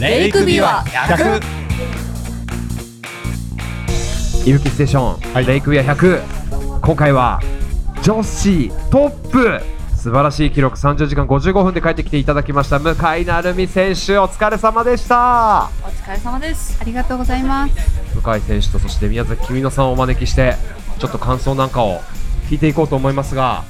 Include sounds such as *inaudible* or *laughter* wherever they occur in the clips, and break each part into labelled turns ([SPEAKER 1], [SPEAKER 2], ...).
[SPEAKER 1] レイクビュア100
[SPEAKER 2] いぶきステーション、
[SPEAKER 1] はい
[SPEAKER 2] レイクウェア100今回は女子トップ素晴らしい記録30時間55分で帰ってきていただきました向井成美選手お疲れ様でした
[SPEAKER 3] お疲れ様です。
[SPEAKER 4] ありがとうございます。
[SPEAKER 2] 向井選手とそして宮崎君乃さんをお招きしてちょっと感想なんかを聞いていこうと思いますが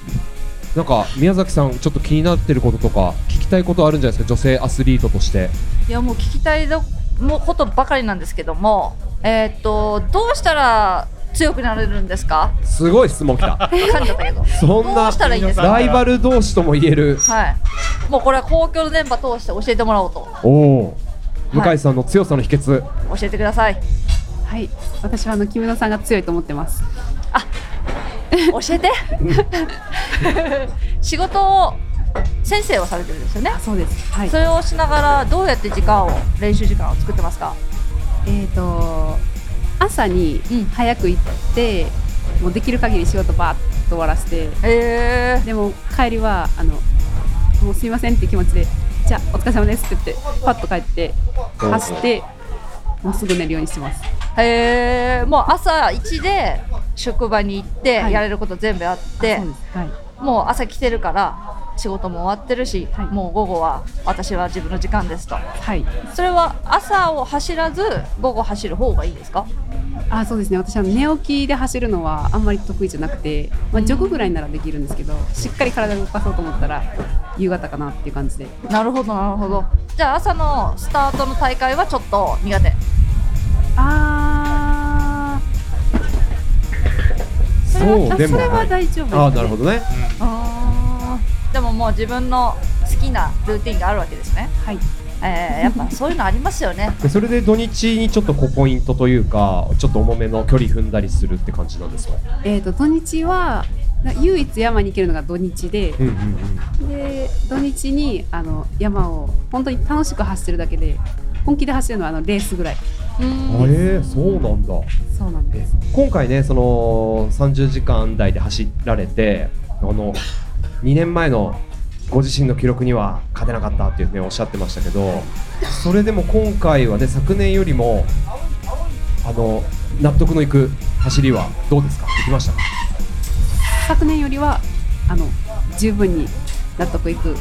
[SPEAKER 2] なんか宮崎さんちょっと気になってることとか聞きたいことあるんじゃないですか女性アスリートとして
[SPEAKER 3] いやもう聞きたいどもうことばかりなんですけども、えーっとどうしたら強くなれるんですか？
[SPEAKER 2] すごい質問きた
[SPEAKER 3] 噛んじゃった
[SPEAKER 4] *laughs*
[SPEAKER 3] けど。
[SPEAKER 2] そん
[SPEAKER 3] ど
[SPEAKER 2] な
[SPEAKER 3] うしたらいいんですか
[SPEAKER 2] ライバル同士とも言える
[SPEAKER 3] はい。もうこれは公共の電波通して教えてもらおうと
[SPEAKER 2] おおー
[SPEAKER 3] はい
[SPEAKER 2] 向井さんの強さの秘訣、
[SPEAKER 3] 教えてください。
[SPEAKER 4] はい、私はあの木村さんが強いと思ってます。
[SPEAKER 3] 教
[SPEAKER 4] *laughs*
[SPEAKER 3] えて。仕事を先生をされてるんですよね。
[SPEAKER 4] そうです。はい
[SPEAKER 3] そ。れをしながらどうやって時間を練習時間を作ってますか？
[SPEAKER 4] えっ、と朝に
[SPEAKER 3] うん
[SPEAKER 4] 早く行って、もうできる限り仕事バーッと終わらせて、
[SPEAKER 3] え
[SPEAKER 4] でも帰りはあのもうすいませんって気持ちで、じゃあお疲れ様ですって言ってパッと帰って走って。もうすぐ寝るようにしてます。
[SPEAKER 3] ー、えー、もう朝一で職場に行って
[SPEAKER 4] はい
[SPEAKER 3] やれること全部あって。
[SPEAKER 4] あそうです。はい。
[SPEAKER 3] もう朝来てるから仕事も終わってるし、
[SPEAKER 4] はい
[SPEAKER 3] もう午後は私は自分の時間ですと
[SPEAKER 4] はい。
[SPEAKER 3] それは朝を走らず午後走る方がいいですか
[SPEAKER 4] あ、そうですね。私は寝起きで走るのはあんまり得意じゃなくて、まあジョグぐらいならできるんですけど、しっかり体を動かそうと思ったら夕方かなっていう感じで。
[SPEAKER 3] なるほどなるほどじゃあ朝のスタートの大会はちょっと苦手
[SPEAKER 4] あーそれは
[SPEAKER 2] そうでも
[SPEAKER 4] あそれは大丈夫です、ね、
[SPEAKER 2] ああなるほどね
[SPEAKER 3] あーでももう自分の好きなルーティンがあるわけですね、
[SPEAKER 4] はい
[SPEAKER 3] えー、やっぱそういうのありますよね
[SPEAKER 2] でそれで土日にちょっとこうポイントというかちょっと重めの距離踏んだりするって感じなんですか
[SPEAKER 4] えっ、と土日はな唯一山に行けるのが土日で
[SPEAKER 2] うんうんうん
[SPEAKER 4] で土日にあの山を本当に楽しく走ってるだけで本気で走るのはあのレースぐらい
[SPEAKER 3] うん
[SPEAKER 2] あえー、そうなんだ
[SPEAKER 4] そうなん
[SPEAKER 2] え
[SPEAKER 4] です
[SPEAKER 2] 今回ねその30時間台で走られてあの2年前のご自身の記録には勝てなかったっていうねおっしゃってましたけどそれでも今回はね昨年よりもあの納得のいく走りはどうですかできましたか
[SPEAKER 4] 昨年よりはあの十分に納得いく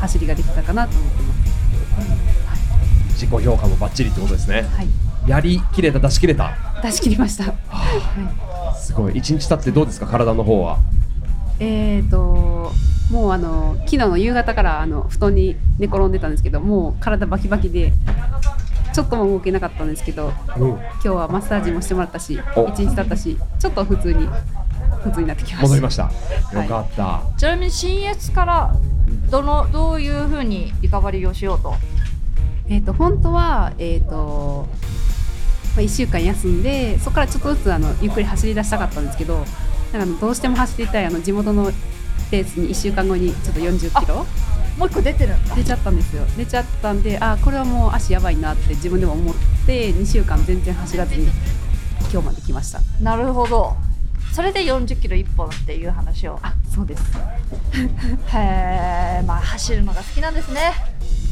[SPEAKER 4] 走りができたかなと思ってます
[SPEAKER 2] 自己評価もバッチリってことですね
[SPEAKER 4] はい
[SPEAKER 2] やりきれた出し切れた
[SPEAKER 4] 出し切りました
[SPEAKER 2] すごい一日経ってどうですか体の方は
[SPEAKER 4] えー、ともうあの昨日の夕方からあの布団に寝転んでたんですけどもう体バキバキでちょっとも動けなかったんですけど今日はマッサージもしてもらったし一
[SPEAKER 2] お
[SPEAKER 4] 日経ったしちょっと普通に普通になってきました
[SPEAKER 2] 戻りましたよ
[SPEAKER 4] い
[SPEAKER 2] かった、
[SPEAKER 3] ちなみに新越からどのどういうふうにリカバリーをしようと
[SPEAKER 4] えー、と本当は、えーとまあ、1週間休んでそこからちょっとずつあのゆっくり走り出したかったんですけどなんかあのどうしても走りたいあの地元のレースに1週間後にちょっと40キロ
[SPEAKER 3] もう一個出てるんだ
[SPEAKER 4] 出ちゃったんですよ出ちゃったんであーこれはもう足やばいなって自分でも思って2週間全然走らずに今日まで来ました
[SPEAKER 3] なるほどそれで4 0キロ1本っていう話を
[SPEAKER 4] あそうです
[SPEAKER 3] *laughs* へえまあ走るのが好きなんですね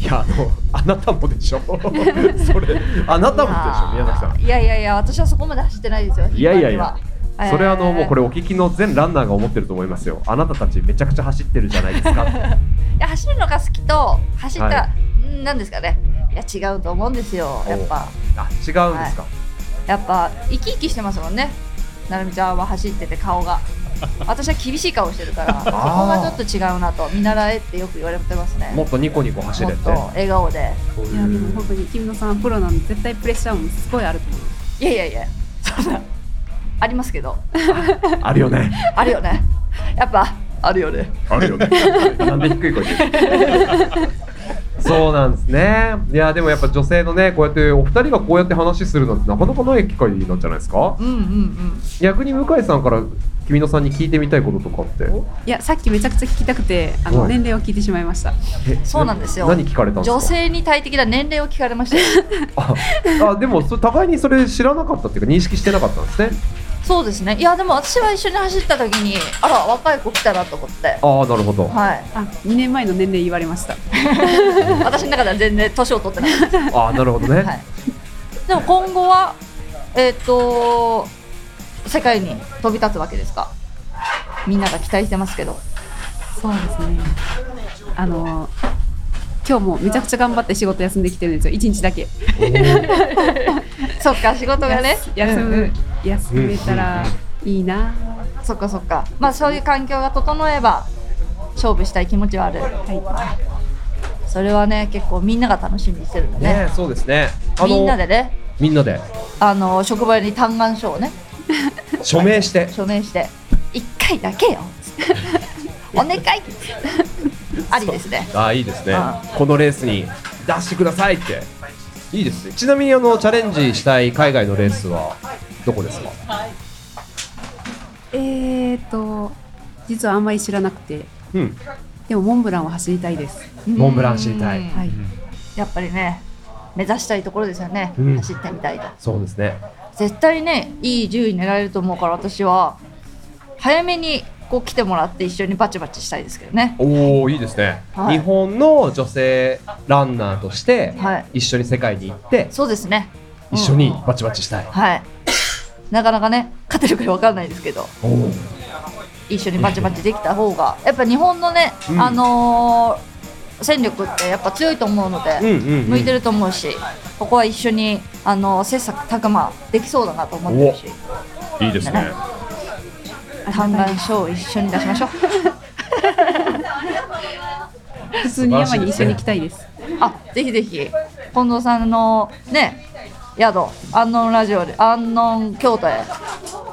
[SPEAKER 2] いやあのあなたもでしょそれあなたもでしょ宮崎さん
[SPEAKER 3] んいやいやいや私はそこまで走ってないですよ
[SPEAKER 2] いやいやいや
[SPEAKER 3] 頻繁には
[SPEAKER 2] それあのもうこ
[SPEAKER 3] へ
[SPEAKER 2] れお聞きの全ランナーが思ってると思いますよあなたたちめちゃくちゃ走ってるじゃないですか
[SPEAKER 3] *laughs*
[SPEAKER 2] って
[SPEAKER 3] えいや走るのが好きと走った、
[SPEAKER 2] は
[SPEAKER 3] うんなんですかねいや違うと思うんですよやっぱ
[SPEAKER 2] あ違うんですか、
[SPEAKER 3] やっぱ生き生きしてますもんねなるみちゃんは走ってて顔が私は厳しい顔してる *laughs* からそこがちょっと違うなと見習えってよく言われてますね
[SPEAKER 2] も
[SPEAKER 3] も
[SPEAKER 2] っとニコニコ走れ
[SPEAKER 3] ってと笑顔で
[SPEAKER 4] いやでも本当に木村さんはプロなんで絶対プレッシャーもすごいあると思います
[SPEAKER 3] いやいやいやそんなありますけど
[SPEAKER 2] あるよね
[SPEAKER 3] あるよね。やっぱあるよね。
[SPEAKER 2] あるよねなんで低い声で言うそうなんですねいやでもやっぱ女性のねこうやってお二人がこうやって話するなんてなかなかない機会なんじゃないですか
[SPEAKER 3] うんうんうん。
[SPEAKER 2] 逆に向井さんから君のさんに聞いてみたいこととかって
[SPEAKER 4] いやさっきめちゃくちゃ聞きたくてあ
[SPEAKER 2] は
[SPEAKER 4] の
[SPEAKER 2] い
[SPEAKER 4] 年齢を聞いてしまいました
[SPEAKER 2] え
[SPEAKER 3] そうなんですよ
[SPEAKER 2] 何聞かれたんですか
[SPEAKER 3] 女性に大敵な年齢を聞かれ *laughs* ましたよ。
[SPEAKER 2] *laughs* ああでもそ互いにそれ知らなかったっていうか認識してなかったんですね
[SPEAKER 3] そうですねいやでも私は一緒に走った時にあら若い子来たなと思って
[SPEAKER 2] ああなるほど
[SPEAKER 3] はい
[SPEAKER 4] あ2年前の年齢言われました
[SPEAKER 3] 私の中では全然年を取ってない
[SPEAKER 2] ああなるほどね、
[SPEAKER 3] はい、でも今後はえっ、と世界に飛び立つわけですかみんなが期待してますけど
[SPEAKER 4] そうですねあの今日もめちゃくちゃ頑張って仕事休んできてるんですよ1日だけ
[SPEAKER 2] おー
[SPEAKER 3] そっか仕事がね
[SPEAKER 4] 休
[SPEAKER 3] うんうん
[SPEAKER 4] む休めたらいいな
[SPEAKER 3] そっかそっかまあそういう環境が整えば勝負したい気持ちはある
[SPEAKER 4] はい
[SPEAKER 3] それはね結構みんなが楽しみにしてるんだね
[SPEAKER 2] ねそうですね
[SPEAKER 3] みんなでね
[SPEAKER 2] みんなで
[SPEAKER 3] あの職場に嘆願書をね
[SPEAKER 2] 署名して
[SPEAKER 3] 署名して1回だけよ
[SPEAKER 2] *laughs*
[SPEAKER 3] お願いありですね
[SPEAKER 2] ああいいですね
[SPEAKER 3] あ
[SPEAKER 2] このレースに出してくださいっていいですねちなみにあのチャレンジしたい海外のレースはどこですか
[SPEAKER 4] えーと実はあんまり知らなくて
[SPEAKER 2] うん
[SPEAKER 4] でもモンブランを走りたいです
[SPEAKER 2] モンブラン知りたい
[SPEAKER 3] うん
[SPEAKER 4] はい
[SPEAKER 3] やっぱりね目指したいところですよね、
[SPEAKER 2] うん
[SPEAKER 3] 走ってみたいと
[SPEAKER 2] そうですね
[SPEAKER 3] 絶対ねいい順位狙えると思うから私は早めにこう来てもらって一緒にバチバチしたいですけどね
[SPEAKER 2] おおいいですね、
[SPEAKER 3] はい
[SPEAKER 2] 日本の女性ランナーとして
[SPEAKER 3] はい
[SPEAKER 2] 一緒に世界に行って
[SPEAKER 3] そうですね
[SPEAKER 2] 一緒に
[SPEAKER 3] うん
[SPEAKER 2] バチバチしたい、
[SPEAKER 3] はいなかなかね勝てるか分かんないですけど
[SPEAKER 2] おー
[SPEAKER 3] 一緒にバチバチできた方がやっぱ日本のね、
[SPEAKER 2] うん
[SPEAKER 3] あのー戦力ってやっぱ強いと思うので、
[SPEAKER 2] うんうんうん
[SPEAKER 3] 向いてると思うしここは一緒に、あのー切磋琢磨できそうだなと思ってるし
[SPEAKER 2] いいですね
[SPEAKER 3] 嘆願書を一緒に出しましょう
[SPEAKER 4] 普通に山に一緒に行きたいです
[SPEAKER 3] あぜひぜひ近藤さんのね宿安納ラジオで安納京都へ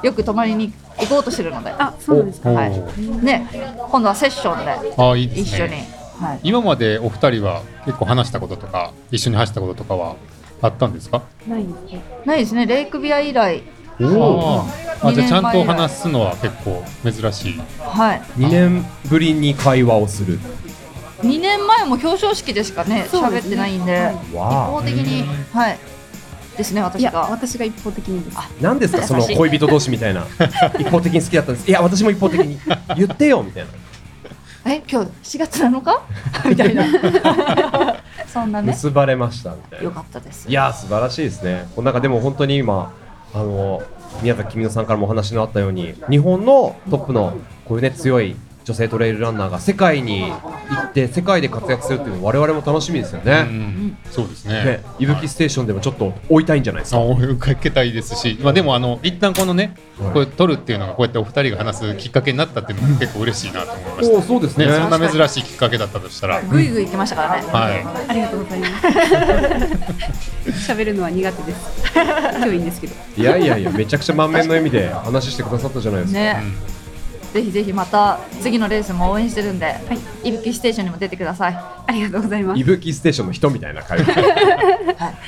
[SPEAKER 3] よく泊まりに行こうとしてるので、
[SPEAKER 4] あそうなんですか
[SPEAKER 2] お
[SPEAKER 3] は
[SPEAKER 2] お
[SPEAKER 3] い、ね今度はセッションで
[SPEAKER 1] ああいいで
[SPEAKER 3] 一
[SPEAKER 1] す
[SPEAKER 3] 緒に、
[SPEAKER 1] ね
[SPEAKER 3] はい、
[SPEAKER 1] 今までお二人は結構話したこととか一緒に走ったこととかはあったんですか
[SPEAKER 4] ないんですね
[SPEAKER 3] ないですねレイクビア以来
[SPEAKER 2] お
[SPEAKER 1] あーあじゃ
[SPEAKER 3] 二年前以来
[SPEAKER 1] あちゃんとお話すのは結構珍しい
[SPEAKER 3] はい
[SPEAKER 2] 2年ぶりに会話をする
[SPEAKER 3] 2年前も表彰式でしかね
[SPEAKER 4] そうで
[SPEAKER 3] 喋
[SPEAKER 4] す
[SPEAKER 3] っ
[SPEAKER 4] ね
[SPEAKER 3] てないんで
[SPEAKER 4] はい
[SPEAKER 3] 一
[SPEAKER 2] わ
[SPEAKER 3] 方的にはいですね
[SPEAKER 4] い
[SPEAKER 3] 私
[SPEAKER 4] や
[SPEAKER 3] が
[SPEAKER 4] 私が一方的にです
[SPEAKER 2] あ何ですかその恋人同士みたい *laughs* な一方的に好きだったんですいや私も一方的に言ってよみ *laughs* たいな
[SPEAKER 3] え今日7月7日 *laughs* みたい
[SPEAKER 4] *laughs*
[SPEAKER 3] なそんなね
[SPEAKER 2] 結ばれましたみたい
[SPEAKER 3] よ
[SPEAKER 2] な
[SPEAKER 3] かったです
[SPEAKER 2] いやー素晴らしいですねこの中でも本当に今あの宮崎君乃さんからもお話のあったように日本のトップのこういうね強い女性トレイルランナーが世界に行って世界で活躍するっていうの我々も楽しみですよ
[SPEAKER 1] う
[SPEAKER 2] ね。
[SPEAKER 1] んそうです
[SPEAKER 2] ね
[SPEAKER 1] ね、
[SPEAKER 2] いぶきステーションでもちょっと追いたいんじゃないですか。
[SPEAKER 1] そう受けたいですし、まあ、でもあの一旦このね、
[SPEAKER 2] はい
[SPEAKER 1] これ撮るっていうのがこうやってお二人が話すきっかけになったっていうのが結構嬉しいなと思いま
[SPEAKER 2] おお
[SPEAKER 1] し
[SPEAKER 2] ーそうです
[SPEAKER 1] た、
[SPEAKER 2] ね。
[SPEAKER 1] ね、そんな珍しいきっかけだったとしたら、
[SPEAKER 3] ぐいぐい行きましたからね、
[SPEAKER 1] は
[SPEAKER 4] ありがとうございます *laughs* 喋るのは苦手です今日いいんですけど
[SPEAKER 2] いやいやいやめちゃくちゃ満面の笑みで話してくださったじゃないですか。
[SPEAKER 1] い、う
[SPEAKER 3] ね、
[SPEAKER 1] ん
[SPEAKER 3] ぜひぜひまた次のレースも応援してるんで、
[SPEAKER 4] はい
[SPEAKER 3] いぶきステーションにも出てください。
[SPEAKER 4] ありがとうございます
[SPEAKER 2] いぶきステーションの人みたいな会話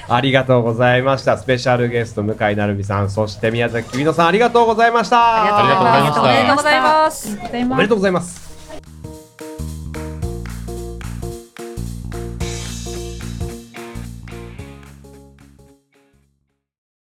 [SPEAKER 2] ありがとうございましたスペシャルゲスト向井成美さんそして宮崎君乃さんありがとうございました
[SPEAKER 1] ありがとうございました
[SPEAKER 3] おめでとうございます。
[SPEAKER 4] ありがとうござい
[SPEAKER 2] お
[SPEAKER 4] ま
[SPEAKER 2] め
[SPEAKER 4] す
[SPEAKER 2] でとうございます